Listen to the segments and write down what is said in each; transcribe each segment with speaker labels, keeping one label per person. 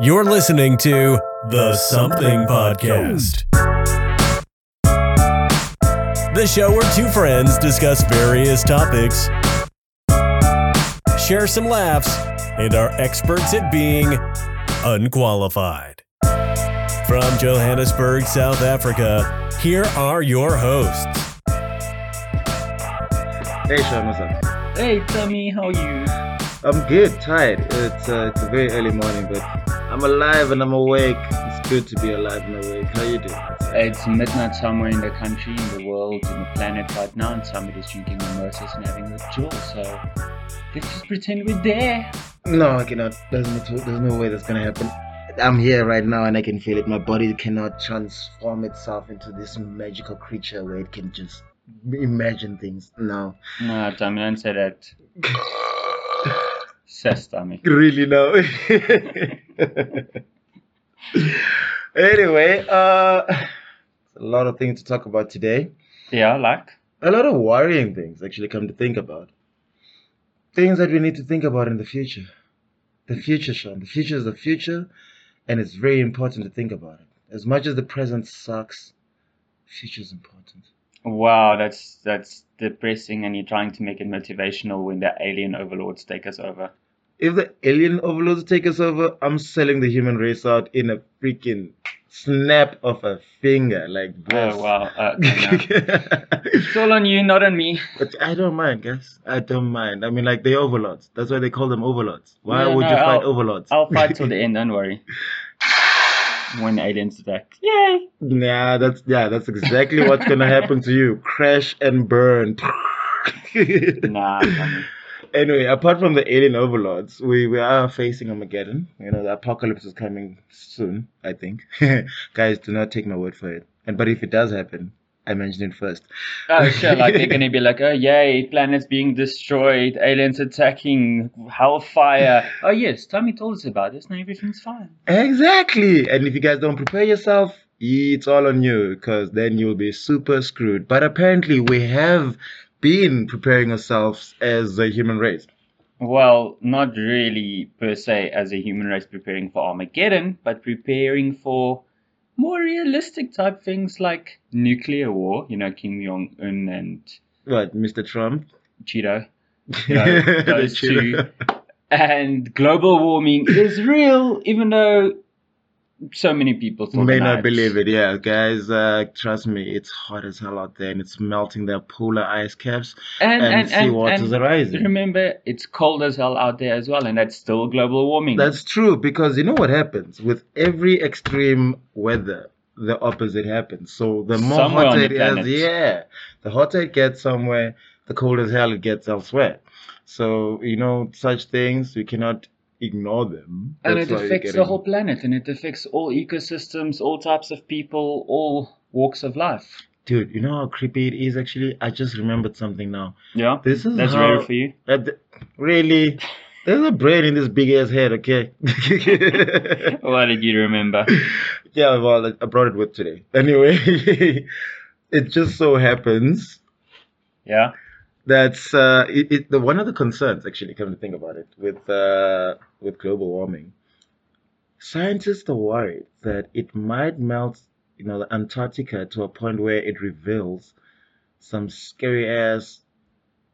Speaker 1: You're listening to The Something Podcast. The show where two friends discuss various topics, share some laughs, and are experts at being unqualified. From Johannesburg, South Africa, here are your hosts.
Speaker 2: Hey, Sean, what's up?
Speaker 3: Hey Tommy, how are you?
Speaker 2: I'm good, tired. It's uh, it's a very early morning, but I'm alive and I'm awake. It's good to be alive and awake. How you doing?
Speaker 3: It's midnight somewhere in the country, in the world, in the planet right now, and somebody's drinking mimosas and having a jaw, so let's just pretend we're there.
Speaker 2: No, I cannot. There's no, there's no way that's gonna happen. I'm here right now and I can feel it. My body cannot transform itself into this magical creature where it can just imagine things. No,
Speaker 3: No, Tommy, don't say that. Says Tommy.
Speaker 2: really, no. anyway, uh, a lot of things to talk about today.
Speaker 3: Yeah, like?
Speaker 2: a lot of worrying things actually come to think about. Things that we need to think about in the future. The future, Sean. The future is the future, and it's very important to think about it. As much as the present sucks, future is important.
Speaker 3: Wow, that's that's depressing, and you're trying to make it motivational when the alien overlords take us over.
Speaker 2: If the alien overlords take us over, I'm selling the human race out in a freaking snap of a finger, like this.
Speaker 3: Oh, wow. Uh, okay, no. it's all on you, not on me.
Speaker 2: but I don't mind, guys. I don't mind. I mean, like they overlords. That's why they call them overlords. Why
Speaker 3: No,
Speaker 2: would
Speaker 3: no,
Speaker 2: you fight
Speaker 3: I'll-
Speaker 2: overlords?
Speaker 3: I'll fight till the end, don't worry. When aliens attack. Yay!
Speaker 2: Nah, that's yeah, that's exactly what's gonna happen to you. Crash and burn.
Speaker 3: Nah, Tommy.
Speaker 2: anyway, apart from the alien overlords, we, we are facing Armageddon. You know, the apocalypse is coming soon, I think. Guys, do not take my word for it. And but if it does happen, I mentioned it first.
Speaker 3: Oh, sure. Like, they're going to be like, oh, yay, planets being destroyed, aliens attacking, hellfire. oh, yes, Tommy told us about this. Now everything's fine.
Speaker 2: Exactly. And if you guys don't prepare yourself, it's all on you, because then you'll be super screwed. But apparently we have been preparing ourselves as a human race.
Speaker 3: Well, not really per se as a human race preparing for Armageddon, but preparing for more realistic type things like nuclear war, you know, Kim Jong Un and
Speaker 2: What, Mr. Trump?
Speaker 3: Cheeto. You know, those
Speaker 2: The cheer-
Speaker 3: two. And global warming is real, even though so many people thought
Speaker 2: may not believe it yeah guys uh, trust me it's hot as hell out there and it's melting their polar ice caps
Speaker 3: And,
Speaker 2: and,
Speaker 3: and, and,
Speaker 2: seawaters
Speaker 3: and
Speaker 2: are rising
Speaker 3: Remember, it's cold as hell out there as well, and that's still global warming.
Speaker 2: that's true because you know what happens with every extreme weather the opposite happens so the more
Speaker 3: Somewhere on
Speaker 2: hotter
Speaker 3: the
Speaker 2: it is
Speaker 3: planet.
Speaker 2: yeah the hotter it gets somewhere the colder as hell it gets elsewhere so you know such things we cannot ignore them
Speaker 3: and
Speaker 2: That's
Speaker 3: it
Speaker 2: why we're
Speaker 3: affects the
Speaker 2: getting-
Speaker 3: whole planet, and it affects all ecosystems, all types of people, all walks of life.
Speaker 2: dude you know how creepy it is actually i just remembered something now
Speaker 3: Yeah,
Speaker 2: this is
Speaker 3: that's
Speaker 2: how...
Speaker 3: rare for you.
Speaker 2: Uh, th- really? There's a brain in this big ass head, okay?
Speaker 3: What did you remember?
Speaker 2: yeah, well, I brought it with today. Anyway, it just so happens
Speaker 3: Yeah,
Speaker 2: that uh, it, it, the, one of the concerns, actually, come to think about it, with uh, with global warming, scientists are worried that it might melt, you know, Antarctica to a point where it reveals some scary ass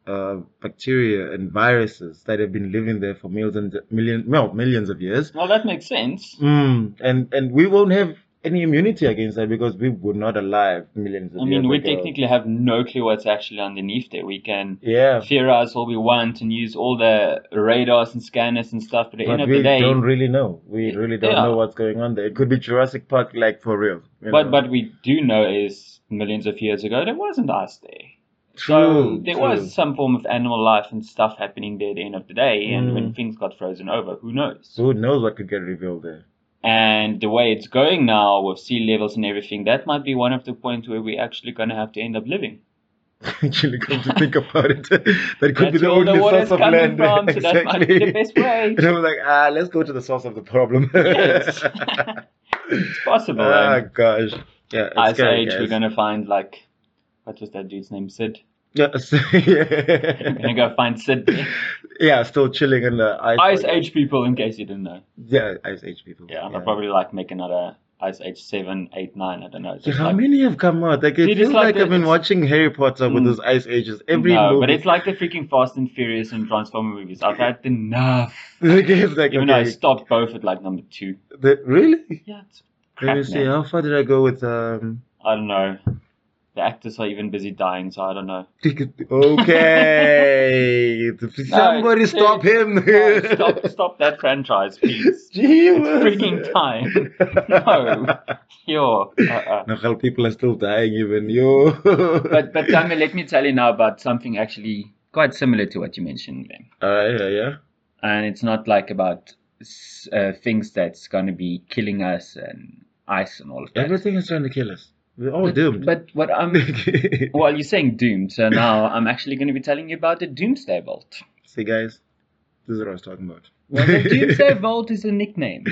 Speaker 2: uh, bacteria and viruses that have been living there for millions and million, well, millions of years.
Speaker 3: well, that makes sense.
Speaker 2: Mm, and and we won't have any immunity against that because we were not alive millions of
Speaker 3: I
Speaker 2: years
Speaker 3: mean, we
Speaker 2: ago.
Speaker 3: technically have no clue what's actually underneath there. We can
Speaker 2: yeah.
Speaker 3: theorize all we want and use all the radars and scanners and stuff, but at the end
Speaker 2: But
Speaker 3: of
Speaker 2: we
Speaker 3: the day,
Speaker 2: don't really know. We really don't
Speaker 3: Yeah.
Speaker 2: know what's going on there. It could be Jurassic Park, like for real. you
Speaker 3: But
Speaker 2: know.
Speaker 3: but we do know is millions of years ago there wasn't ice there. so
Speaker 2: True,
Speaker 3: there
Speaker 2: true.
Speaker 3: was some form of animal life and stuff happening there at the end of the day and when
Speaker 2: Mm.
Speaker 3: things got frozen over, who knows?
Speaker 2: So who knows what could get revealed there?
Speaker 3: And the way it's going now with sea levels and everything, that might be one of the points where we're actually gonna have to end up living.
Speaker 2: Actually, come to think about it, that could be
Speaker 3: That's
Speaker 2: the
Speaker 3: where
Speaker 2: only
Speaker 3: water's
Speaker 2: source of
Speaker 3: coming
Speaker 2: land.
Speaker 3: from, so that might be the best way.
Speaker 2: And I was like, ah, let's go to the source of the problem.
Speaker 3: Yes. It's possible.
Speaker 2: ah,
Speaker 3: and
Speaker 2: gosh. Yeah, it's
Speaker 3: Ice
Speaker 2: scary,
Speaker 3: Age,
Speaker 2: guys.
Speaker 3: we're gonna find like what was that dude's name? Sid.
Speaker 2: Yeah, so-
Speaker 3: I'm gonna go find Sid. there.
Speaker 2: yeah, still chilling in the ice.
Speaker 3: Ice
Speaker 2: bucket.
Speaker 3: Age people, in case you didn't know.
Speaker 2: Yeah, Ice Age people.
Speaker 3: Yeah, I'll probably like make another Ice Age 7, 8, 9, I don't know. It's
Speaker 2: Dude,
Speaker 3: just
Speaker 2: how
Speaker 3: like-
Speaker 2: many have come out? Like it
Speaker 3: Dude, it's
Speaker 2: feels
Speaker 3: like
Speaker 2: like,
Speaker 3: the-
Speaker 2: I've been
Speaker 3: it's-
Speaker 2: watching Harry Potter with
Speaker 3: Mm.
Speaker 2: those Ice Ages. Every
Speaker 3: no,
Speaker 2: movie.
Speaker 3: but it's like the freaking Fast and Furious and Transformer movies. I've had enough.
Speaker 2: it's like
Speaker 3: Even though I
Speaker 2: okay,
Speaker 3: stopped both at like number two.
Speaker 2: the- really?
Speaker 3: Yeah, it's
Speaker 2: Let
Speaker 3: crap,
Speaker 2: me see.
Speaker 3: man.
Speaker 2: How far did I go with um?
Speaker 3: I don't know. The actors are even busy dying, so I don't know.
Speaker 2: Okay, somebody
Speaker 3: dude.
Speaker 2: stop him!
Speaker 3: No, stop, stop that franchise, please.
Speaker 2: Gee
Speaker 3: It's
Speaker 2: whiz.
Speaker 3: freaking time. No. Yo. Uh-uh.
Speaker 2: No, hell, people are still dying even. Yo.
Speaker 3: But, but Tammy, let me tell you now about something actually quite similar to what you mentioned then.
Speaker 2: Uh, yeah, yeah.
Speaker 3: and it's not like about s- uh, things that's going to be killing us and ice and all of that.
Speaker 2: Everything is trying to kill us. We're all
Speaker 3: but,
Speaker 2: doomed.
Speaker 3: But um, what I'm well, you're saying doomed, so now I'm actually going to be telling you about the Doomsday Vault.
Speaker 2: See, guys, this is what I was talking about.
Speaker 3: Well, the Doomsday Vault is a nickname,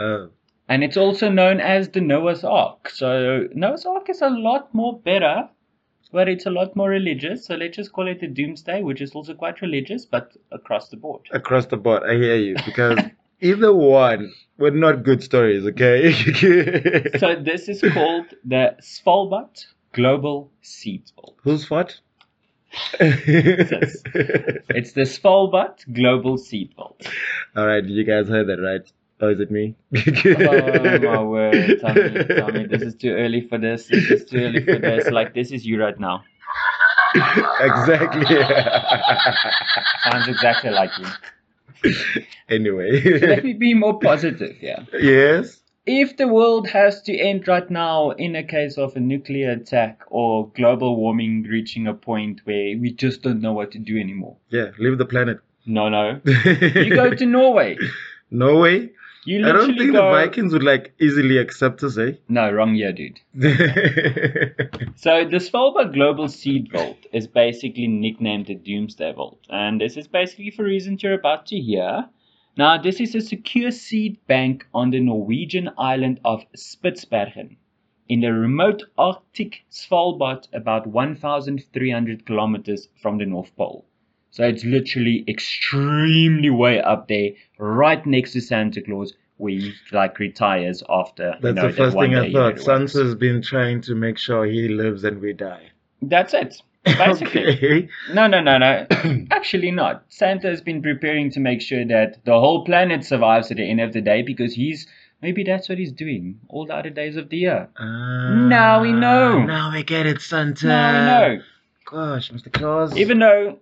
Speaker 2: Oh,
Speaker 3: and it's also known as the Noah's Ark. So Noah's Ark is a lot more better. But it's a lot more religious, so let's just call it the Doomsday, which is also quite religious, but across the board.
Speaker 2: across the board. I hear you because either one were not good stories. Okay.
Speaker 3: so this is called the Svalbard Global Seed Vault.
Speaker 2: Whose fault?
Speaker 3: Jesus. It's the Svalbard Global Seed Vault.
Speaker 2: All right, you guys heard that, right? Oh, is it me?
Speaker 3: Oh my word, Tommy, Tommy, this is too early for this. This is too early for this. Like this is you right now.
Speaker 2: exactly.
Speaker 3: Sounds exactly like you. Let
Speaker 2: anyway,
Speaker 3: me be more positive, yeah.
Speaker 2: yes.
Speaker 3: If the world has to end right now in a case of a nuclear attack or global warming reaching a point where we just don't know what to do anymore.
Speaker 2: Yeah, leave the planet.
Speaker 3: No, no. You
Speaker 2: you
Speaker 3: go to Norway.
Speaker 2: Norway.
Speaker 3: You
Speaker 2: I
Speaker 3: literally
Speaker 2: don't think
Speaker 3: go.
Speaker 2: the Vikings would like easily accept us, eh?
Speaker 3: No, wrong year, dude. So the Svalbard Global Seed Vault is basically nicknamed the Doomsday Vault, and this is basically for reasons you're about to hear. Now, this is a secure seed bank on the Norwegian island of Spitsbergen, in the remote Arctic Svalbard, about 1,300 kilometers from the North Pole. So it's literally extremely way up there, right next to Santa Claus, where he like retires after. you
Speaker 2: That's
Speaker 3: know,
Speaker 2: the
Speaker 3: that
Speaker 2: first
Speaker 3: one
Speaker 2: thing
Speaker 3: day
Speaker 2: I
Speaker 3: he
Speaker 2: thought.
Speaker 3: retires.
Speaker 2: Sansa's been trying to make sure he lives and we die.
Speaker 3: That's it. Basically.
Speaker 2: Okay.
Speaker 3: No, no, no, no. Actually, not. Santa has been preparing to make sure that the whole planet survives at the end of the day because he's. Maybe that's what he's doing all the other days of the year. Now we know.
Speaker 2: Ah, Now we get it, Santa.
Speaker 3: Now we know.
Speaker 2: Gosh, Mr. Claus.
Speaker 3: Even though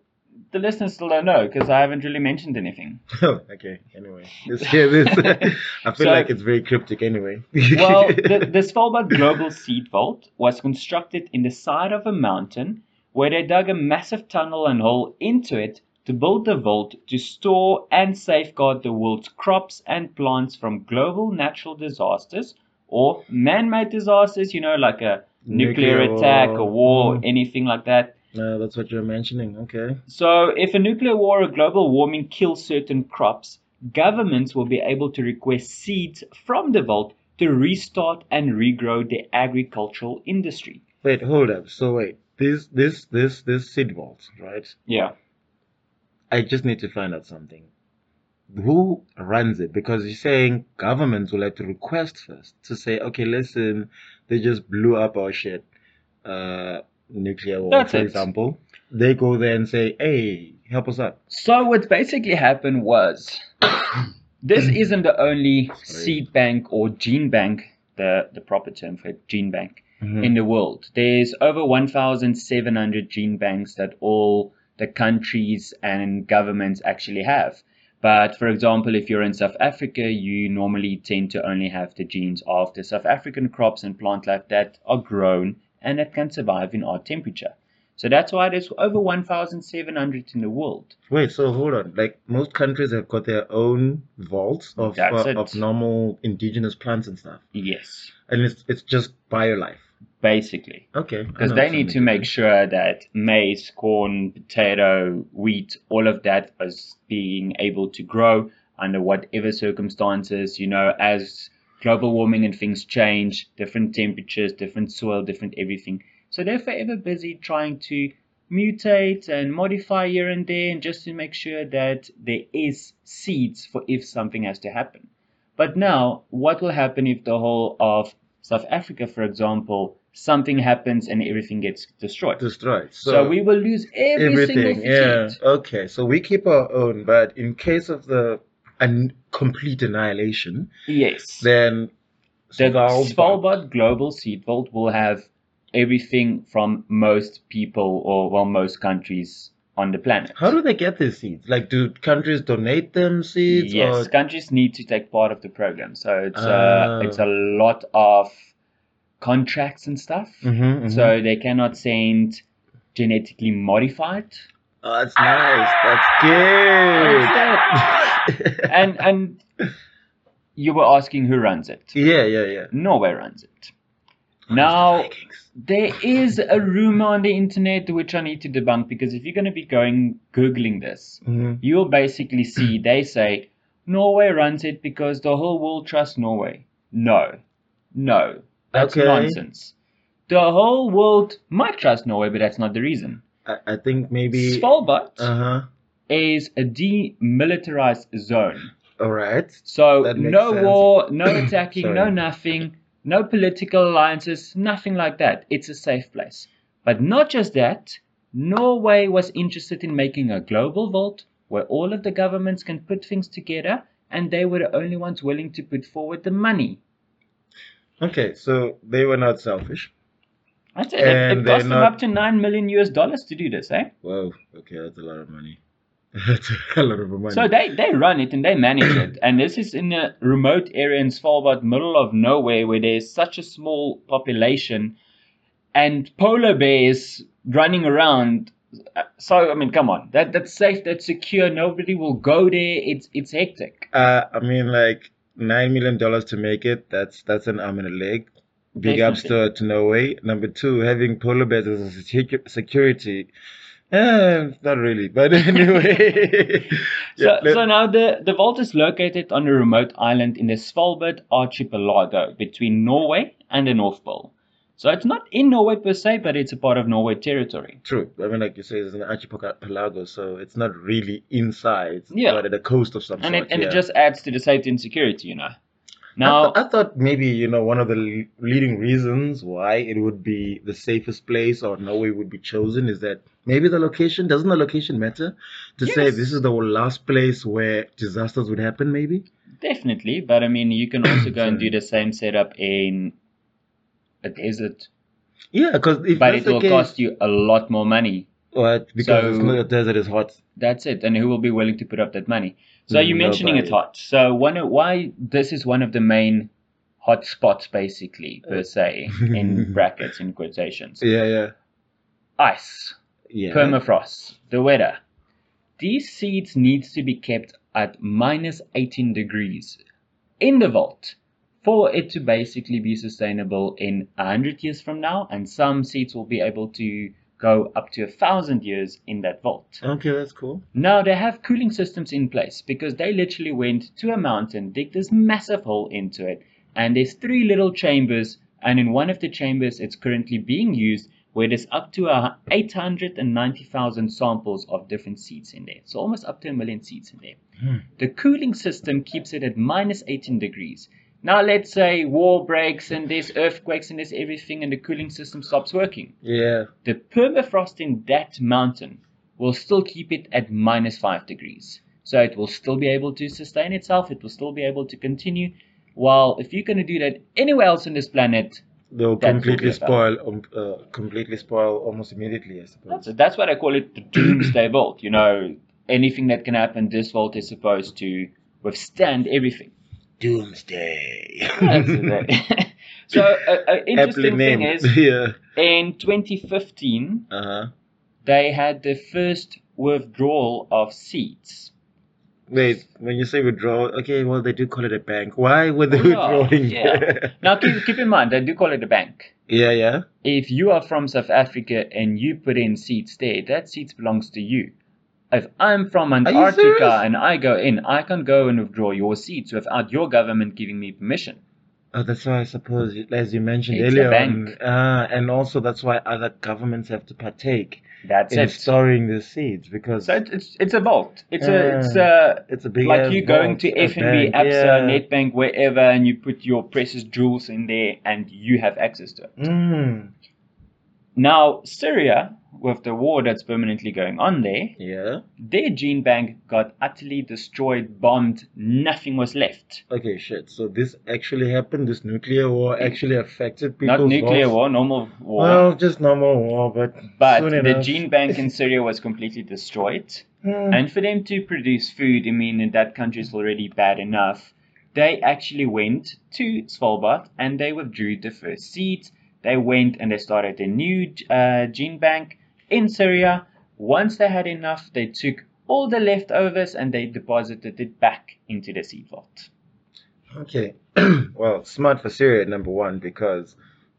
Speaker 3: the listeners still don't know because I haven't really mentioned anything.
Speaker 2: okay. Anyway, let's hear this. I feel
Speaker 3: So-
Speaker 2: like it's very cryptic. Anyway.
Speaker 3: Well, the, the Svalbard Global Seed Vault was constructed in the side of a mountain where they dug a massive tunnel and hole into it to build the vault to store and safeguard the world's crops and plants from global natural disasters or man made disasters, you know, like a nuclear,
Speaker 2: Nuclear
Speaker 3: attack,
Speaker 2: war.
Speaker 3: a war,
Speaker 2: Mm.
Speaker 3: anything like that.
Speaker 2: No, that's what you're mentioning. Okay.
Speaker 3: So, if a nuclear war or global warming kills certain crops, governments will be able to request seeds from the vault to restart and regrow the agricultural industry.
Speaker 2: Wait, hold up. So wait, this, this, this, this seed vault, right?
Speaker 3: Yeah.
Speaker 2: I just need to find out something. Who runs it? Because you're saying governments will have to request first to say, okay, listen, they just blew up our shit, uh, nuclear war,
Speaker 3: That's
Speaker 2: for
Speaker 3: it.
Speaker 2: example. They go there and say, hey, help us out.
Speaker 3: So, what basically happened was this isn't the only seed bank or gene bank, the, the proper term for it, gene bank, in the world. There's over 1,700 gene banks that all the countries and governments actually have. But for example, if you're in South Africa, you normally tend to only have the genes of the South African crops and plant life that are grown and that can survive in our temperature. So that's why there's over 1,700 in the world.
Speaker 2: Wait, so hold on. Like most countries have got their own vaults of uh,
Speaker 3: That's it.
Speaker 2: of normal indigenous plants and stuff,
Speaker 3: Yes,
Speaker 2: and it's it's just biolife.
Speaker 3: basically.
Speaker 2: Okay. I
Speaker 3: because
Speaker 2: know
Speaker 3: they
Speaker 2: what you
Speaker 3: need to
Speaker 2: mean.
Speaker 3: make sure that maize, corn, potato, wheat, all of that is being able to grow under whatever circumstances. You know, as global warming and things change, different temperatures, different soil, different everything. So they're forever busy trying to mutate and modify here and there, and just to make sure that there is seeds for if something has to happen. But now, what will happen if the whole of South Africa, for example, something happens and everything gets destroyed?
Speaker 2: Destroyed.
Speaker 3: So, we will lose every single
Speaker 2: everything.
Speaker 3: seed.
Speaker 2: Yeah. Okay. So we keep our own, but in case of the an complete annihilation,
Speaker 3: Yes.
Speaker 2: then
Speaker 3: The
Speaker 2: Svalbard-
Speaker 3: Svalbard Global Seed Vault will have everything from most people or well most countries on the planet.
Speaker 2: How do they get these seeds? Like, do countries donate them seeds?
Speaker 3: yes,
Speaker 2: Or...
Speaker 3: countries need to take part of the program, so it's uh,
Speaker 2: Ah.
Speaker 3: it's a lot of contracts and stuff.
Speaker 2: Mhm, mhm.
Speaker 3: So they cannot send genetically modified.
Speaker 2: Oh, that's nice. That's good.
Speaker 3: and and you were asking who runs it?
Speaker 2: yeah, yeah, yeah.
Speaker 3: Norway runs it. Now
Speaker 2: Vikings.
Speaker 3: there is a rumor on the internet which I need to debunk because if you're going to be going googling this,
Speaker 2: Mhm.
Speaker 3: you'll basically see they say Norway runs it because the whole world trusts Norway. No, no, that's
Speaker 2: Okay.
Speaker 3: nonsense. The whole world might trust Norway, but that's not the reason.
Speaker 2: I, I think maybe.
Speaker 3: Svalbard
Speaker 2: Uh huh.
Speaker 3: is a demilitarized zone.
Speaker 2: All right.
Speaker 3: So
Speaker 2: That makes
Speaker 3: no
Speaker 2: sense.
Speaker 3: war, no attacking, no
Speaker 2: Sorry.
Speaker 3: nothing, no political alliances, nothing like that. It's a safe place. But not just that, Norway was interested in making a global vault where all of the governments can put things together and they were the only ones willing to put forward the money.
Speaker 2: Okay, so they were not selfish.
Speaker 3: That's it. It,
Speaker 2: And
Speaker 3: it
Speaker 2: they're
Speaker 3: cost them
Speaker 2: not-
Speaker 3: up to 9 million US dollars to do this, eh?
Speaker 2: Whoa. Okay, that's a lot of money. that's a lot of money.
Speaker 3: So they, they run it and they manage it. And this is in a remote area in Svalbard, middle of nowhere, where there's such a small population and polar bears running around. Uh, So, I mean, come on. That, that's safe, that's secure. Nobody will go there. It's, it's hectic.
Speaker 2: Uh, I mean, like nine million dollars to make it. That's that's an arm and a leg. Big ups to, to Norway. Number two, having polar bears as a secu- security. Eh, not really, but anyway.
Speaker 3: So,
Speaker 2: Yeah, let-
Speaker 3: so now the, the vault is located on a remote island in the Svalbard archipelago between Norway and the North Pole. So it's not in Norway per se, but it's a part of Norway territory.
Speaker 2: True. I mean, like you say, it's an archipelago, so it's not really inside,
Speaker 3: Yeah.
Speaker 2: but at the coast of some
Speaker 3: and
Speaker 2: sort.
Speaker 3: it, and
Speaker 2: yeah.
Speaker 3: it just adds to the safety and security, you know.
Speaker 2: I
Speaker 3: Now,
Speaker 2: thought- I thought maybe, you know, one of the le- leading reasons why it would be the safest place or Norway would be chosen is that maybe the location, doesn't the location matter? To say
Speaker 3: Yes.
Speaker 2: this is the last place where disasters would happen, maybe?
Speaker 3: definitely, but I mean, you can also go and
Speaker 2: Sorry.
Speaker 3: do the same setup in a desert,
Speaker 2: Yeah, because if
Speaker 3: but
Speaker 2: that's
Speaker 3: it
Speaker 2: the
Speaker 3: will
Speaker 2: case,
Speaker 3: cost you a lot more money.
Speaker 2: What? Because it's
Speaker 3: So-
Speaker 2: not a desert, it's hot.
Speaker 3: That's it, and who will be willing to put up that money? So you're mentioning it's
Speaker 2: Mm, Nobody.
Speaker 3: hot. So one of, why this is one of the main hot spots, basically per se, in brackets in quotations.
Speaker 2: Yeah, yeah.
Speaker 3: Ice.
Speaker 2: Yeah.
Speaker 3: permafrost, the weather. These seeds needs to be kept at minus 18 degrees in the vault for it to basically be sustainable in 100 years from now and some seeds will be able to go up to a thousand years in that vault.
Speaker 2: okay, that's cool.
Speaker 3: Now they have cooling systems in place because they literally went to a mountain, dig this massive hole into it, and there's three little chambers, and in one of the chambers it's currently being used where there's up to uh, a 890,000 samples of different seeds in there. So almost up to a million seeds in there.
Speaker 2: Hmm.
Speaker 3: The cooling system keeps it at minus 18 degrees. Now let's say war breaks and there's earthquakes and there's everything and the cooling system stops working
Speaker 2: Yeah.
Speaker 3: the permafrost in that mountain will still keep it at minus 5 degrees. So it will still be able to sustain itself, it will still be able to continue. While if you're going to do that anywhere else on this planet,
Speaker 2: They'll
Speaker 3: That will
Speaker 2: completely
Speaker 3: be a problem.
Speaker 2: spoil, um, uh, completely spoil almost immediately, I suppose.
Speaker 3: that's, that's what I call it the doomsday vault. You know, anything that can happen, this vault is supposed to withstand everything.
Speaker 2: Doomsday.
Speaker 3: That's it. so, a a interesting
Speaker 2: Aptly
Speaker 3: thing
Speaker 2: named.
Speaker 3: is,
Speaker 2: yeah.
Speaker 3: in 2015,
Speaker 2: Uh huh.
Speaker 3: they had the first withdrawal of seeds.
Speaker 2: Wait, when you say withdrawal, okay, well they do call it a bank. Why were they
Speaker 3: Oh, yeah,
Speaker 2: withdrawing?
Speaker 3: yeah. Now, keep, keep in mind, they do call it a bank.
Speaker 2: yeah, yeah.
Speaker 3: If you are from South Africa and you put in seeds there, that seeds belongs to you. If I'm from
Speaker 2: you
Speaker 3: Antarctica
Speaker 2: serious?
Speaker 3: and I go in, I can't go and withdraw your seeds without your government giving me permission.
Speaker 2: Oh, that's why I suppose, as you mentioned
Speaker 3: It's a
Speaker 2: earlier,
Speaker 3: bank.
Speaker 2: on, ah, and also that's why other governments have to partake
Speaker 3: That's
Speaker 2: in
Speaker 3: it.
Speaker 2: storing the seeds because
Speaker 3: So it, it's it's a vault. It's a it's
Speaker 2: Yeah.
Speaker 3: a
Speaker 2: it's a big
Speaker 3: like
Speaker 2: ass
Speaker 3: you going
Speaker 2: vault,
Speaker 3: to
Speaker 2: a
Speaker 3: FNB,
Speaker 2: bank,
Speaker 3: Absa,
Speaker 2: yeah.
Speaker 3: Netbank, wherever, and you put your precious jewels in there, and you have access to it.
Speaker 2: Mm,
Speaker 3: Now Syria, with the war that's permanently going on there,
Speaker 2: yeah.
Speaker 3: their gene bank got utterly destroyed, bombed. Nothing was left.
Speaker 2: Okay, shit. So this actually happened. This nuclear war actually affected people's
Speaker 3: Not nuclear
Speaker 2: vaults?
Speaker 3: war, normal war.
Speaker 2: Well, just normal war, but
Speaker 3: but
Speaker 2: soon
Speaker 3: the
Speaker 2: enough-
Speaker 3: gene bank in Syria was completely destroyed.
Speaker 2: Mm.
Speaker 3: And for them to produce food, I mean, in that country is already bad enough. They actually went to Svalbard and they withdrew the first seeds. They went and they started a new uh, gene bank in Syria. Once they had enough, they took all the leftovers and they deposited it back into the seed vault.
Speaker 2: Okay. well, smart for Syria, number one, because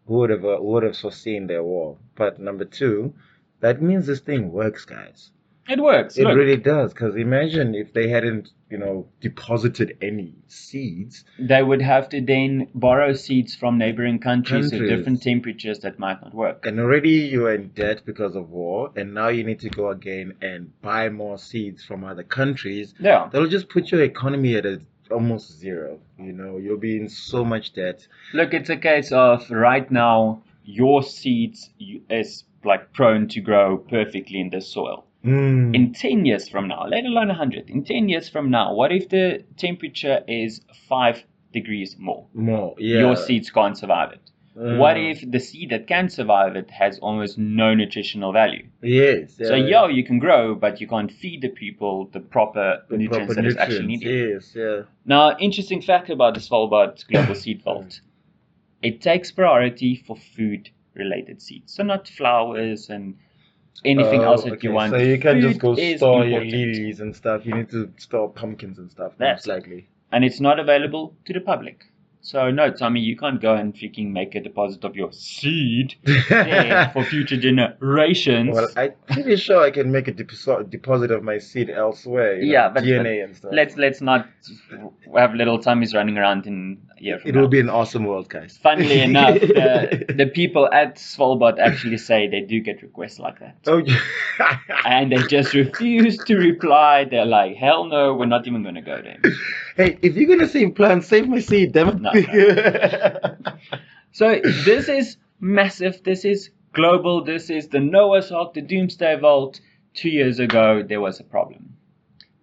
Speaker 2: who would have uh, who would have foreseen their war? But number two, that means this thing works, guys.
Speaker 3: It works.
Speaker 2: It
Speaker 3: Look,
Speaker 2: really does. Because imagine if they hadn't, you know, deposited any seeds.
Speaker 3: they would have to then borrow seeds from neighboring countries, at
Speaker 2: Countries.
Speaker 3: different temperatures that might not work.
Speaker 2: And already you are in debt because of war, and now you need to go again and buy more seeds from other countries.
Speaker 3: Yeah.
Speaker 2: That'll just put your economy at a, almost zero. You know, you'll be in so much debt.
Speaker 3: Look, it's a case of right now your seeds you- is like prone to grow perfectly in the soil.
Speaker 2: Mm.
Speaker 3: In 10 years from now, let alone 100, in 10 years from now, what if the temperature is 5 degrees more?
Speaker 2: more, yeah.
Speaker 3: Your seeds can't survive it.
Speaker 2: Mm.
Speaker 3: What if the seed that can survive it has almost no nutritional value?
Speaker 2: Yes.
Speaker 3: so,
Speaker 2: yeah.
Speaker 3: yo, you can grow, but you can't feed the people the proper
Speaker 2: the
Speaker 3: nutrients
Speaker 2: proper
Speaker 3: that is actually
Speaker 2: nutrients,
Speaker 3: needed.
Speaker 2: Yes, yeah.
Speaker 3: Now, interesting fact about the Svalbard Global Seed Vault. It takes priority for food related seeds. So not flowers and anything
Speaker 2: Oh,
Speaker 3: else that you
Speaker 2: okay,
Speaker 3: want.
Speaker 2: So you can just
Speaker 3: Food
Speaker 2: go
Speaker 3: is
Speaker 2: store your
Speaker 3: important.
Speaker 2: lilies and stuff. You need to store pumpkins and stuff.
Speaker 3: That's-
Speaker 2: most likely.
Speaker 3: And it's not available to the public. So no, Tommy, you can't go and freaking make a deposit of your seed there for future generations.
Speaker 2: well, I'm pretty sure I can make a depo- deposit of my seed elsewhere. you know,
Speaker 3: Yeah, but-
Speaker 2: DNA and stuff.
Speaker 3: let's let's not have little Tommy's running around in here.
Speaker 2: it will be an awesome world, guys.
Speaker 3: Funnily enough, uh, the, the people at Svalbard actually say they do get requests like that.
Speaker 2: oh, yeah.
Speaker 3: and they just refuse to reply. They're like, hell no, we're not even going to go there.
Speaker 2: hey, if you're gonna save plants, save my seed, damn it.
Speaker 3: uh, No, So this is massive. This is global. This is the Noah's Ark, the Doomsday Vault. Two years ago, there was a problem.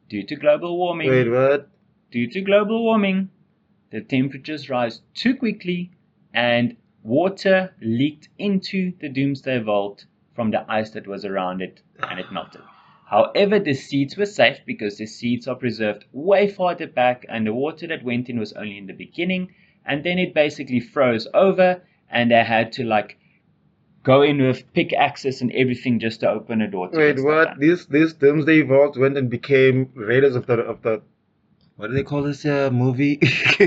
Speaker 3: Due to global warming,
Speaker 2: Wait, what?
Speaker 3: due to global warming, the temperatures rise too quickly and water leaked into the Doomsday Vault from the ice that was around it and it melted. However, the seeds were safe because the seeds are preserved way farther back and the water that went in was only in the beginning and then it basically froze over and they had to like go in with pickaxes and everything just to open a door. To get
Speaker 2: Wait,
Speaker 3: stuff
Speaker 2: what?
Speaker 3: done.
Speaker 2: This this Doomsday Vault went and became Raiders of the of the what do they call this uh, movie?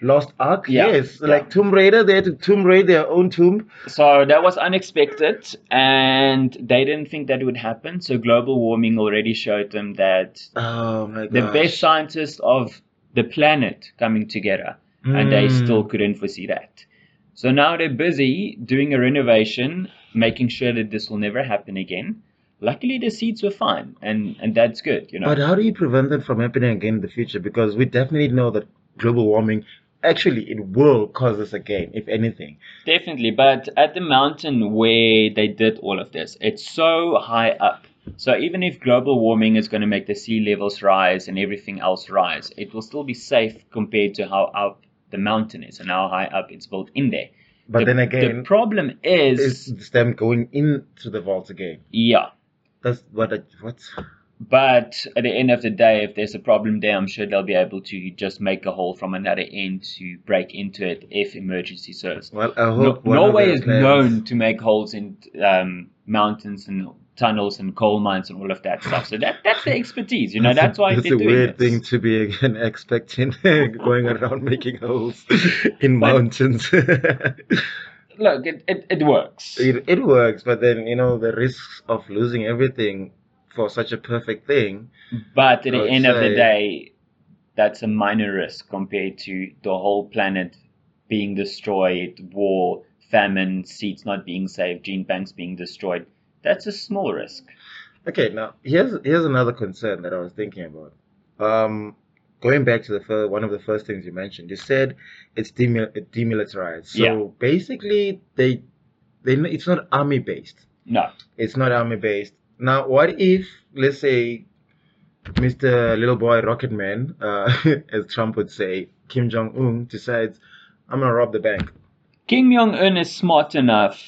Speaker 2: Lost Ark.
Speaker 3: Yeah,
Speaker 2: Yes,
Speaker 3: yeah.
Speaker 2: like Tomb Raider. They had to Tomb Raid their own tomb.
Speaker 3: So that was unexpected, and they didn't think that would happen. So global warming already showed them that
Speaker 2: Oh my god.
Speaker 3: the best scientists of the planet coming together, and they still couldn't foresee that. So now they're busy doing a renovation, making sure that this will never happen again. Luckily, the seeds were fine, and and that's good, you know.
Speaker 2: But how do you prevent that from happening again in the future? Because we definitely know that global warming. Actually, it will cause this again, if anything.
Speaker 3: Definitely, but at the mountain where they did all of this, it's so high up. So even if global warming is going to make the sea levels rise and everything else rise, it will still be safe compared to how up the mountain is and how high up it's built in there.
Speaker 2: But
Speaker 3: The-
Speaker 2: then again,
Speaker 3: the problem is,
Speaker 2: it's them going into the vault again.
Speaker 3: yeah.
Speaker 2: That's what. I, what?
Speaker 3: But at the end of the day, if there's a problem there, I'm sure they'll be able to just make a hole from another end to break into it if emergency serves.
Speaker 2: Well, I
Speaker 3: No,
Speaker 2: hope one of
Speaker 3: Norway
Speaker 2: their
Speaker 3: is
Speaker 2: plans-
Speaker 3: known to make holes in um, mountains and tunnels and coal mines and all of that stuff. So that that's their expertise, you know. That's,
Speaker 2: a-
Speaker 3: why
Speaker 2: that's
Speaker 3: they're
Speaker 2: a
Speaker 3: doing
Speaker 2: weird
Speaker 3: this.
Speaker 2: thing to be again expecting going around making holes in
Speaker 3: But-
Speaker 2: mountains. it,
Speaker 3: Look, it, it, it works.
Speaker 2: it works, but then you know the risks of losing everything for such a perfect thing.
Speaker 3: But at
Speaker 2: I
Speaker 3: the
Speaker 2: would
Speaker 3: end of the
Speaker 2: say-
Speaker 3: day, that's a minor risk compared to the whole planet being destroyed, war, famine, seeds not being saved, gene banks being destroyed. That's a small risk.
Speaker 2: Okay, now here's here's another concern that I was thinking about. Um, going back to the first, one of the first things you mentioned, you said it's demil- demilitarized. So
Speaker 3: Yeah.
Speaker 2: basically, they they it's not army based.
Speaker 3: No.
Speaker 2: It's not army based. Now, what if let's say Mr. Little Boy Rocketman, uh, as Trump would say, Kim Jong Un decides I'm gonna rob the bank.
Speaker 3: Kim Jong Un is smart enough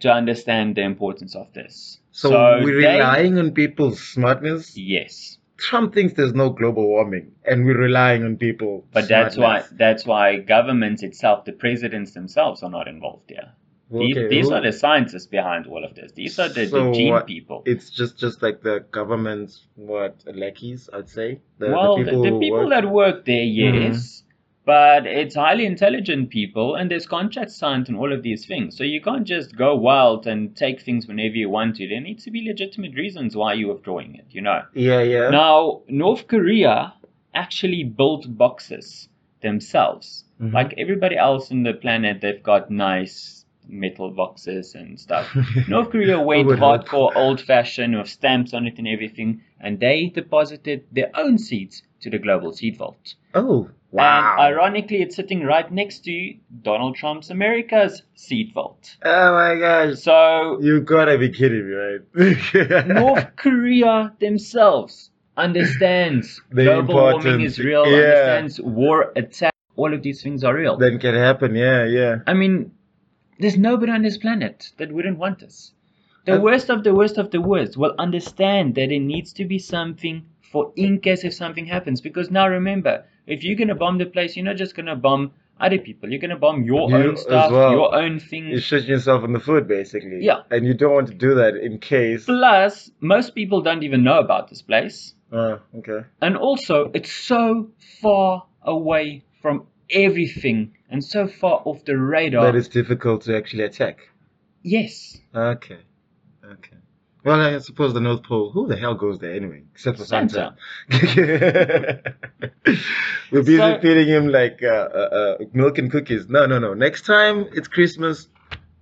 Speaker 3: to understand the importance of this.
Speaker 2: So, we're
Speaker 3: they-
Speaker 2: relying on people's smartness.
Speaker 3: Yes.
Speaker 2: Trump thinks there's no global warming, and we're relying on people.
Speaker 3: But that's why
Speaker 2: smartness.
Speaker 3: that's why governments itself, the presidents themselves, are not involved here. These,
Speaker 2: Okay,
Speaker 3: these
Speaker 2: who-
Speaker 3: are the scientists behind all of this. These are the,
Speaker 2: So
Speaker 3: the gene
Speaker 2: what-
Speaker 3: people.
Speaker 2: It's just just like the government's what lackeys, I'd say. The,
Speaker 3: well, the people, the,
Speaker 2: who
Speaker 3: people
Speaker 2: work- Hmm.
Speaker 3: that work there, yes, but it's highly intelligent people, and there's contracts signed and all of these things. So you can't just go wild and take things whenever you want to. There needs to be legitimate reasons why you're withdrawing it. You know.
Speaker 2: Yeah, yeah.
Speaker 3: Now, North Korea actually built boxes themselves.
Speaker 2: Mhm.
Speaker 3: Like everybody else on the planet, they've got nice metal boxes and stuff. North Korea went
Speaker 2: would hope.
Speaker 3: hardcore, old fashioned, with stamps on it and everything, and they deposited their own seeds to the global seed vault.
Speaker 2: Oh, wow.
Speaker 3: And ironically, it's sitting right next to Donald Trump's America's seed vault.
Speaker 2: oh my gosh.
Speaker 3: So,
Speaker 2: You gotta be kidding me, right?
Speaker 3: North Korea themselves understands
Speaker 2: The
Speaker 3: global warming is
Speaker 2: importance,
Speaker 3: real,
Speaker 2: yeah.
Speaker 3: understands war, attack, all of these things are real.
Speaker 2: Then can happen. Yeah, yeah.
Speaker 3: I mean, there's nobody on this planet that wouldn't want us. The
Speaker 2: Uh,
Speaker 3: worst of the worst of the worst will understand that it needs to be something for in case if something happens. Because now remember, if you're gonna bomb the place, you're not just gonna bomb other people. You're gonna bomb your
Speaker 2: You
Speaker 3: own
Speaker 2: as
Speaker 3: stuff,
Speaker 2: well.
Speaker 3: your own
Speaker 2: You're
Speaker 3: things.
Speaker 2: shooting yourself in the foot, basically.
Speaker 3: Yeah.
Speaker 2: And you don't want to do that in case.
Speaker 3: Plus, most people don't even know about this place.
Speaker 2: Oh, okay.
Speaker 3: And also, it's so far away from everything and so far off the radar.
Speaker 2: That is difficult to actually attack.
Speaker 3: yes.
Speaker 2: Okay. Okay. Well, I suppose the North Pole. Who the hell goes there anyway? Except for Santa. We're busy
Speaker 3: So-
Speaker 2: feeding him like uh, uh, uh, milk and cookies. No, no, no. Next time it's Christmas,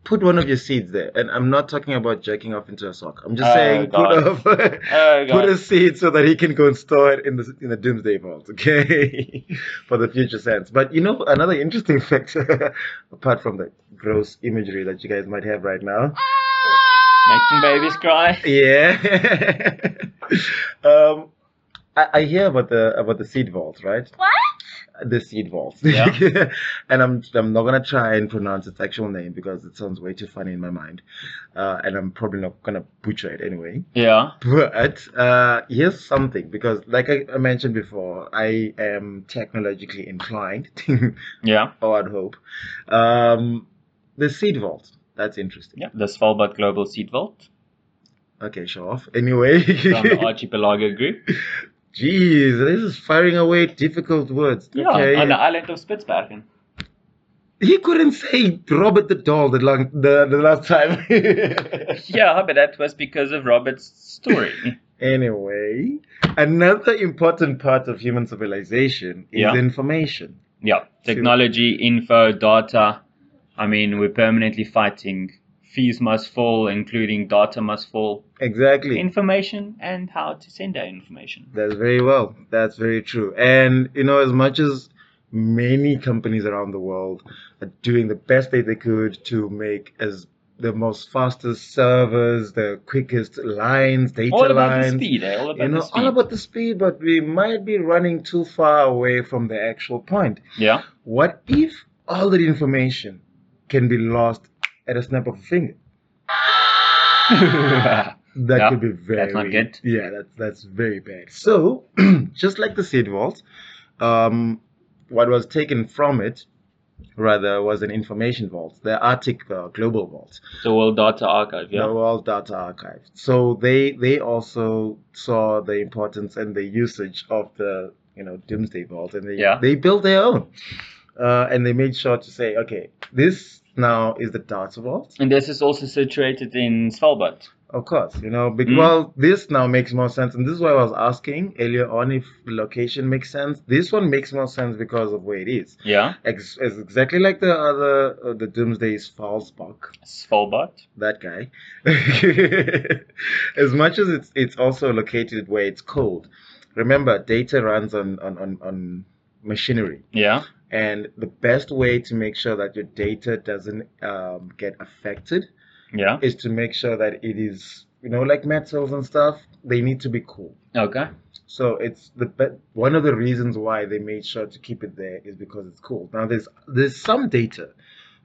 Speaker 2: put one of your seeds there. And I'm not talking about jerking off into a sock. I'm just
Speaker 3: Oh,
Speaker 2: saying
Speaker 3: God.
Speaker 2: put a
Speaker 3: Oh, God.
Speaker 2: put a seed so that he can go and store it in the in the doomsday vault. Okay, for the future sense. But you know another interesting fact, apart from the gross imagery that you guys might have right now.
Speaker 3: Making babies cry.
Speaker 2: Yeah. um, I, I hear about the about the seed vault, right? What? The seed vault.
Speaker 3: Yeah.
Speaker 2: and I'm I'm not gonna try and pronounce its actual name because it sounds way too funny in my mind, uh, and I'm probably not gonna butcher it anyway.
Speaker 3: Yeah.
Speaker 2: But uh, here's something because, like I, I mentioned before, I am technologically inclined,
Speaker 3: Yeah.
Speaker 2: or I'd hope. Um, the seed vault. That's interesting.
Speaker 3: Yeah. The Svalbard Global Seed Vault
Speaker 2: Okay, show off. Anyway.
Speaker 3: from the Archipelago Group.
Speaker 2: Jeez, this is firing away difficult words.
Speaker 3: Yeah.
Speaker 2: okay.
Speaker 3: On the island of Spitsbergen.
Speaker 2: He couldn't say Robert the doll the long, the, the last time.
Speaker 3: Yeah, but that was because of Robert's story.
Speaker 2: anyway, another important part of human civilization is
Speaker 3: Yeah.
Speaker 2: information.
Speaker 3: yeah. Technology, info, data. I mean, we're permanently fighting. Fees must fall, including data must fall.
Speaker 2: Exactly.
Speaker 3: information and how to send that information.
Speaker 2: That's very well. That's very true. And you know, as much as many companies around the world are doing the best that they could to make as the most fastest servers, the quickest lines, data
Speaker 3: All about
Speaker 2: lines.
Speaker 3: the speed, eh? All about
Speaker 2: You know,
Speaker 3: the speed.
Speaker 2: all about the speed, but we might be running too far away from the actual point.
Speaker 3: yeah,
Speaker 2: What if all that information can be lost at a snap of a finger? That
Speaker 3: Yeah,
Speaker 2: could be very
Speaker 3: that's not good.
Speaker 2: Yeah, that's that's very bad. So, just like the seed vault, um, what was taken from it, rather, was an information vault, the Arctic uh, Global Vault,
Speaker 3: the World Data Archive. Yeah,
Speaker 2: the World Data Archive. So they they also saw the importance and the usage of the you know Doomsday Vault, and they
Speaker 3: Yeah.
Speaker 2: they built their own, uh, and they made sure to say, okay, this now is the data vault.
Speaker 3: and this is also situated in Svalbard.
Speaker 2: Of course, you know, because,
Speaker 3: Mm.
Speaker 2: well, this now makes more sense. And this is why I was asking earlier on if the location makes sense. This one makes more sense because of where it is.
Speaker 3: Yeah,
Speaker 2: Ex- it's exactly like the other, uh, the Doomsday's Falsbach,
Speaker 3: Svalbard.
Speaker 2: that guy. as much as it's, it's also located where it's cold. Remember, data runs on, on, on, on machinery.
Speaker 3: Yeah,
Speaker 2: And the best way to make sure that your data doesn't um, get affected
Speaker 3: yeah.
Speaker 2: is to make sure that it is, you know, like metals and stuff, they need to be cool.
Speaker 3: Okay.
Speaker 2: So it's the be- one of the reasons why they made sure to keep it there is because it's cool. Now there's there's some data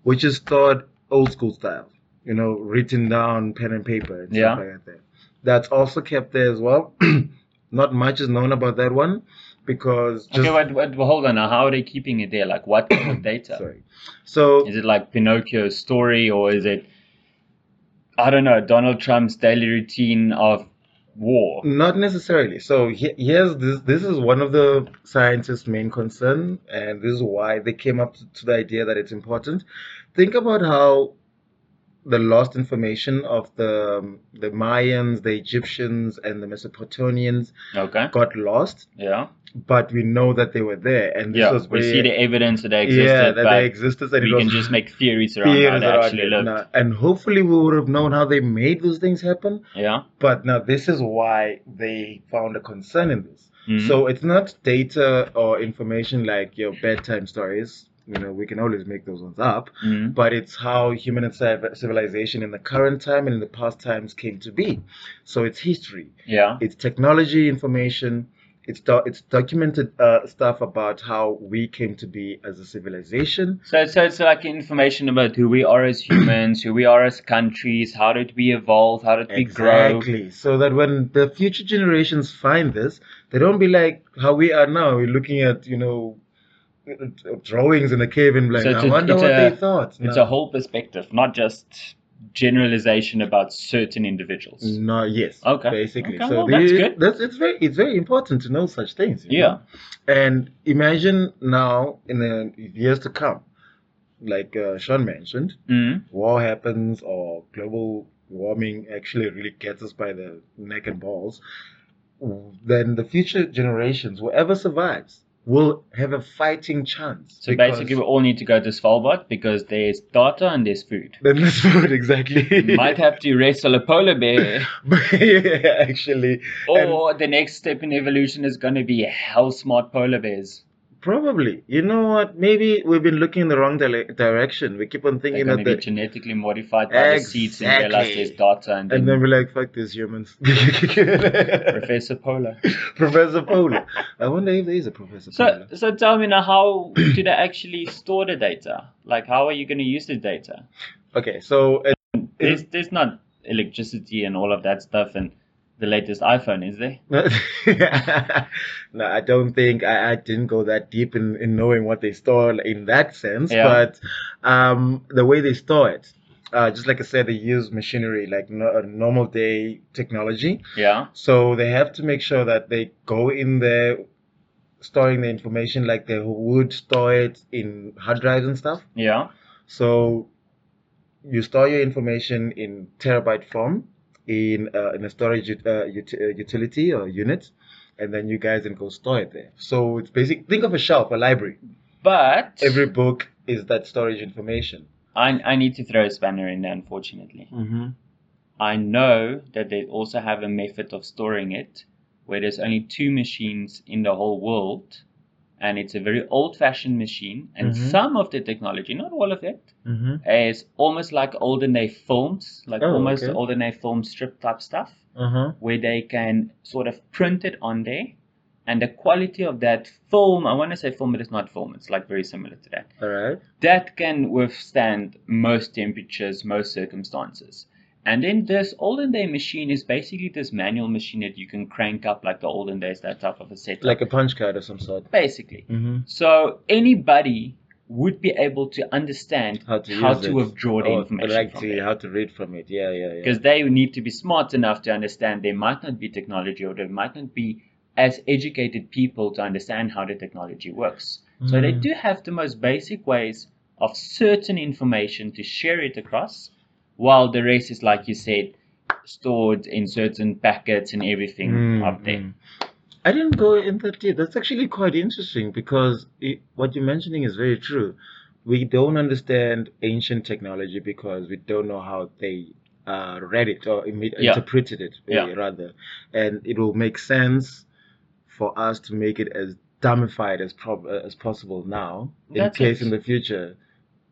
Speaker 2: which is stored old school style, you know, written down pen and paper and
Speaker 3: Yeah.
Speaker 2: stuff like that. There. That's also kept there as well. Not much is known about that one because just
Speaker 3: okay, but, but hold on. Now, how are they keeping it there? Like, what kind of data?
Speaker 2: sorry. So
Speaker 3: Is it like Pinocchio's story, or is it, I don't know, Donald Trump's daily routine of war?
Speaker 2: Not necessarily. So he- here's this. This is one of the scientists' main concern, and this is why they came up to, to the idea that it's important. Think about how the lost information of the um, the Mayans, the Egyptians, and the Mesopotamians
Speaker 3: Okay.
Speaker 2: got lost,
Speaker 3: Yeah.
Speaker 2: but we know that they were there, and this
Speaker 3: Yeah.
Speaker 2: was
Speaker 3: We
Speaker 2: where-
Speaker 3: see the evidence that they existed,
Speaker 2: yeah that
Speaker 3: but
Speaker 2: they existed, and it
Speaker 3: we
Speaker 2: was
Speaker 3: can just make theories around how
Speaker 2: theories
Speaker 3: they
Speaker 2: around
Speaker 3: actually
Speaker 2: it.
Speaker 3: lived.
Speaker 2: Now- and hopefully we would have known how they made those things happen.
Speaker 3: Yeah.
Speaker 2: But now this is why they found a concern in this.
Speaker 3: Mhm.
Speaker 2: So it's not data or information like your bedtime stories. You know, we can always make those ones up.
Speaker 3: Mhm.
Speaker 2: But it's how human and civ- civilization in the current time and in the past times came to be. So it's history,
Speaker 3: Yeah.
Speaker 2: it's technology, information. It's, do- it's documented uh, stuff about how we came to be as a civilization.
Speaker 3: So, so it's like information about who we are as humans, who we are as countries, how did we evolve, how did we grow.
Speaker 2: Exactly. So that when the future generations find this, they don't be like how we are now. We're looking at you know drawings in a cave and be like,
Speaker 3: So it's
Speaker 2: I
Speaker 3: a-
Speaker 2: wonder
Speaker 3: it's
Speaker 2: what
Speaker 3: a-
Speaker 2: they thought.
Speaker 3: It's
Speaker 2: No.
Speaker 3: a whole perspective, not just generalization about certain individuals.
Speaker 2: No, yes.
Speaker 3: Okay.
Speaker 2: Basically,
Speaker 3: Okay,
Speaker 2: so
Speaker 3: well, that's
Speaker 2: the-
Speaker 3: good.
Speaker 2: That's it's very it's very important to know such things. you
Speaker 3: Yeah.
Speaker 2: know? And imagine now in the years to come, like uh, Sean mentioned,
Speaker 3: Mhm.
Speaker 2: war happens or global warming actually really gets us by the neck and balls, then the future generations, whoever survives, will have a fighting chance.
Speaker 3: So
Speaker 2: because-
Speaker 3: basically, we all need to go to Svalbard because there's data and there's food.
Speaker 2: then that's what exactly.
Speaker 3: You might have to wrestle a polar bear,
Speaker 2: yeah, actually,
Speaker 3: or the next step in evolution is going to be how smart polar bears.
Speaker 2: probably. You know what? Maybe we've been looking in the wrong dile- direction. We keep on
Speaker 3: They're
Speaker 2: thinking
Speaker 3: going
Speaker 2: that
Speaker 3: to be
Speaker 2: the
Speaker 3: genetically modified by the seeds and realize there's
Speaker 2: Exactly.
Speaker 3: data and
Speaker 2: and
Speaker 3: then
Speaker 2: then we're like, "Fuck these humans."
Speaker 3: Professor Polar.
Speaker 2: Professor Polar. I wonder if there is a Professor
Speaker 3: So,
Speaker 2: Polar.
Speaker 3: so tell me now, how do they actually store the data? Like, how are you going to use the data?
Speaker 2: Okay, so uh,
Speaker 3: There's, there's not electricity and all of that stuff and the latest iPhone, is there?
Speaker 2: no, I don't think I, I didn't go that deep in, in knowing what they store in that sense,
Speaker 3: Yeah.
Speaker 2: but um, the way they store it, uh, just like I said, they use machinery like no, uh, normal day technology.
Speaker 3: Yeah.
Speaker 2: So they have to make sure that they go in there storing the information like they would store it in hard drives and stuff.
Speaker 3: Yeah.
Speaker 2: So you store your information in terabyte form in uh, in a storage ut- uh, ut- uh, utility or unit, and then you guys can go store it there. So it's basic. Think of a shelf, a library.
Speaker 3: But
Speaker 2: Every book is that storage information.
Speaker 3: I, I need to throw a spanner in there, unfortunately.
Speaker 2: Mm-hmm.
Speaker 3: I know that they also have a method of storing it where there's only two machines in the whole world and it's a very old fashioned machine and
Speaker 2: Mhm.
Speaker 3: some of the technology, not all of it,
Speaker 2: Mm-hmm.
Speaker 3: is almost like olden day films, like
Speaker 2: Oh,
Speaker 3: almost
Speaker 2: okay.
Speaker 3: olden day film strip type stuff
Speaker 2: Uh huh.
Speaker 3: where they can sort of print it on there and the quality of that film, I want to say film, but it's not film, it's like very similar to that
Speaker 2: All right.
Speaker 3: that can withstand most temperatures, most circumstances. And then this olden day machine is basically this manual machine that you can crank up like the olden days, that type of a setup.
Speaker 2: Like a punch card of some sort.
Speaker 3: basically.
Speaker 2: Mm-hmm.
Speaker 3: So anybody would be able to understand
Speaker 2: How to use it.
Speaker 3: withdraw the
Speaker 2: Oh,
Speaker 3: information
Speaker 2: like
Speaker 3: from
Speaker 2: to,
Speaker 3: there.
Speaker 2: how to read from it. Yeah, yeah, yeah.
Speaker 3: Because they need to be smart enough to understand there might not be technology or there might not be as educated people to understand how the technology works. So they
Speaker 2: Mm.
Speaker 3: do have the most basic ways of certain information to share it across, while the rest is, like you said, stored in certain packets and everything
Speaker 2: Mm,
Speaker 3: up there.
Speaker 2: mm. I didn't go in that deep. That's actually quite interesting because it, what you're mentioning is very true. We don't understand ancient technology because we don't know how they uh, read it or imme-
Speaker 3: Yeah.
Speaker 2: interpreted it,
Speaker 3: Yeah.
Speaker 2: really, rather. And it will make sense for us to make it as dumbified as prob- uh, as possible now, in
Speaker 3: That's
Speaker 2: case
Speaker 3: it.
Speaker 2: in the future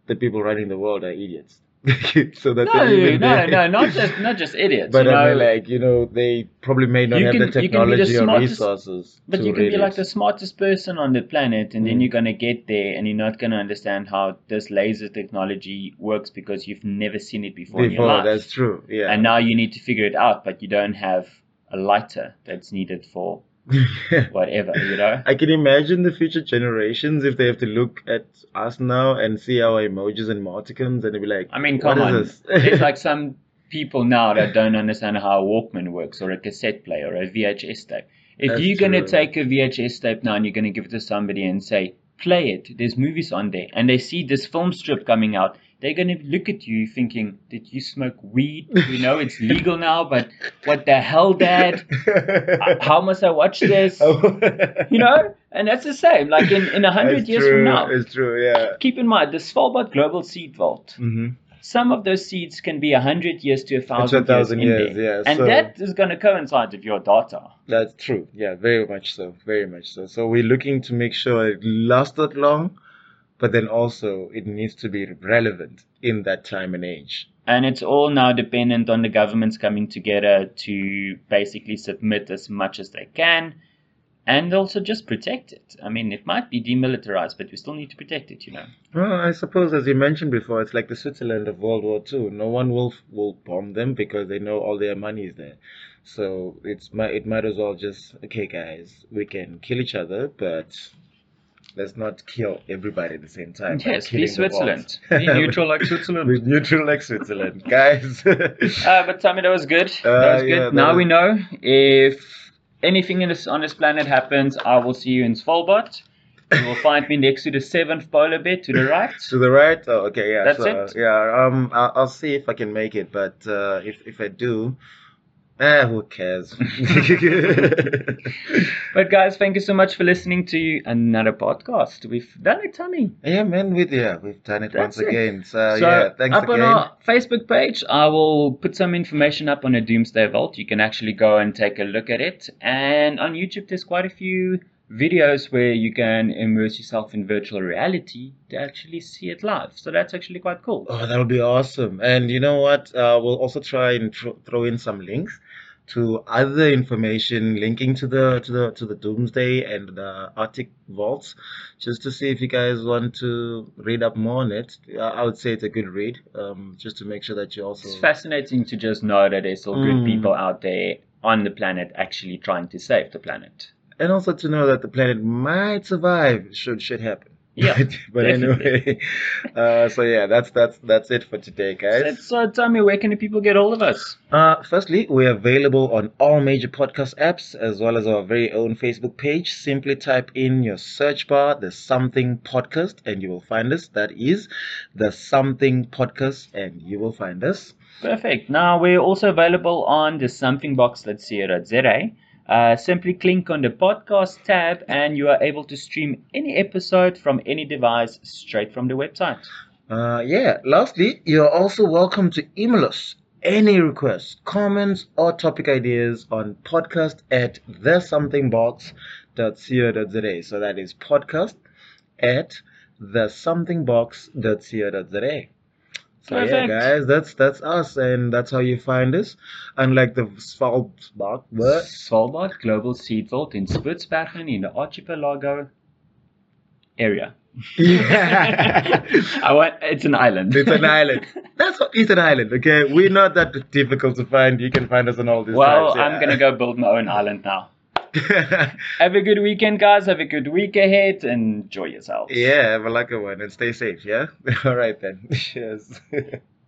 Speaker 2: the people running the world are idiots. so
Speaker 3: No,
Speaker 2: that they're
Speaker 3: no,
Speaker 2: even
Speaker 3: no,
Speaker 2: there.
Speaker 3: not just not just idiots.
Speaker 2: But
Speaker 3: you
Speaker 2: I
Speaker 3: know,
Speaker 2: mean, like you know, they probably may not
Speaker 3: You
Speaker 2: have
Speaker 3: can-
Speaker 2: the
Speaker 3: you can be the
Speaker 2: technology or
Speaker 3: smartest-
Speaker 2: resources.
Speaker 3: But
Speaker 2: to
Speaker 3: you can be
Speaker 2: really-
Speaker 3: like the smartest person on the planet, and then
Speaker 2: Mm.
Speaker 3: you're gonna get there, and you're not gonna understand how this laser technology works because you've never seen it before, in your
Speaker 2: before.
Speaker 3: life.
Speaker 2: That's true. Yeah.
Speaker 3: And now you need to figure it out, but you don't have a lighter that's needed for whatever, you know.
Speaker 2: I can imagine the future generations if they have to look at us now and see our emojis and emoticons and they'll be like,
Speaker 3: I mean,
Speaker 2: "What
Speaker 3: come
Speaker 2: is
Speaker 3: on.
Speaker 2: this?"
Speaker 3: There's like some people now that don't understand how a Walkman works, or a cassette player, or a VHS tape. If
Speaker 2: That's
Speaker 3: you're gonna
Speaker 2: true.
Speaker 3: take a VHS tape now and you're gonna give it to somebody and say, "Play it," there's movies on there, and they see this film strip coming out, they're gonna look at you thinking, "Did you smoke weed? We know it's legal now, but what the hell, Dad? How must I watch this?"
Speaker 2: Oh.
Speaker 3: You know, and that's the same. Like in in a hundred
Speaker 2: It's
Speaker 3: years
Speaker 2: true,
Speaker 3: from now.
Speaker 2: It's true. Yeah.
Speaker 3: Keep in mind the Svalbard Global Seed Vault
Speaker 2: Mm-hmm.
Speaker 3: some of those seeds can be 100 years to 1,000 years,
Speaker 2: 1,000
Speaker 3: in
Speaker 2: years,
Speaker 3: there.
Speaker 2: yeah,
Speaker 3: and
Speaker 2: so-
Speaker 3: that is going to coincide with your data.
Speaker 2: That's true. Yeah, very much so. Very much so. So we're looking to make sure it lasts that long, but then also it needs to be relevant in that time and age.
Speaker 3: And it's all now dependent on the governments coming together to basically submit as much as they can and also just protect it. I mean, it might be demilitarized, but we still need to protect it, you know.
Speaker 2: Well, I suppose as you mentioned before, it's like the Switzerland of World War Two. No one will will bomb them because they know all their money is there. So it's mi- it might as well just okay, guys, we can kill each other, but let's not kill everybody at the same time. by
Speaker 3: yes, be
Speaker 2: killing the bombs.
Speaker 3: Switzerland.
Speaker 4: Be neutral like Switzerland.
Speaker 2: We're neutral like Switzerland, guys.
Speaker 3: Uh, but Tommy, that was good.
Speaker 2: Uh,
Speaker 3: that was good.
Speaker 2: yeah, that
Speaker 3: now
Speaker 2: was-
Speaker 3: we know if anything in this, on this planet happens, I will see you in Svalbard. You will find me next to the seventh polar bear to the right.
Speaker 2: To the right? Oh, okay, yeah.
Speaker 3: That's
Speaker 2: so,
Speaker 3: it.
Speaker 2: Yeah, um, I'll, I'll see if I can make it, but uh, if if I do, eh, who cares?
Speaker 3: But guys, thank you so much for listening to another podcast. We've done it, Tommy.
Speaker 2: yeah, man, with yeah, we've done it
Speaker 3: That's
Speaker 2: once
Speaker 3: it.
Speaker 2: again. So,
Speaker 3: so
Speaker 2: Uh, yeah, thanks
Speaker 3: up
Speaker 2: again.
Speaker 3: on our Facebook page, I will put some information up on the Doomsday Vault. You can actually go and take a look at it. And on YouTube, there's quite a few videos where you can immerse yourself in virtual reality to actually see it live. So that's actually quite cool.
Speaker 2: Oh, that would be awesome. And you know what? Uh, we'll also try and tr- throw in some links to other information linking to the to the to the Doomsday and the Arctic Vaults, just to see if you guys want to read up more on it. I, I would say it's a good read, um, just to make sure that you also.
Speaker 3: It's fascinating to just know that there's still good
Speaker 2: Mm.
Speaker 3: people out there on the planet actually trying to save the planet.
Speaker 2: and also to know that the planet might survive should shit happen.
Speaker 3: Yeah,
Speaker 2: but, but anyway, uh, so yeah, that's that's that's it for today, guys.
Speaker 3: So, so Tommy, where can the people get all of us?
Speaker 2: Uh, firstly, we're available on all major podcast apps as well as our very own Facebook page. Simply type in your search bar the Something Podcast and you will find us. That is the Something Podcast and you will find us.
Speaker 3: Perfect. Now we're also available on the somethingbox.co.za. Uh, simply click on the podcast tab and you are able to stream any episode from any device straight from the website.
Speaker 2: Uh, yeah, lastly, you're also welcome to email us any requests, comments, or topic ideas on podcast at thesomethingbox.co.za. So that is podcast at thesomethingbox.co.za. So yeah,
Speaker 3: Perfect.
Speaker 2: guys, that's that's us, and that's how you find us. Unlike the Svalbard, but
Speaker 3: Svalbard Global Seed Vault in Spitsbergen in the archipelago area. I want, it's an island.
Speaker 2: it's an island. That's what, it's an island. Okay, we're not that difficult to find. You can find us on all these.
Speaker 3: well,
Speaker 2: sites, yeah.
Speaker 3: I'm going to go build my own island now.
Speaker 2: yeah,
Speaker 3: Have a good weekend, guys. Have a good week ahead. Enjoy yourselves.
Speaker 2: have a lucky one and stay safe, yeah? All right then. Cheers.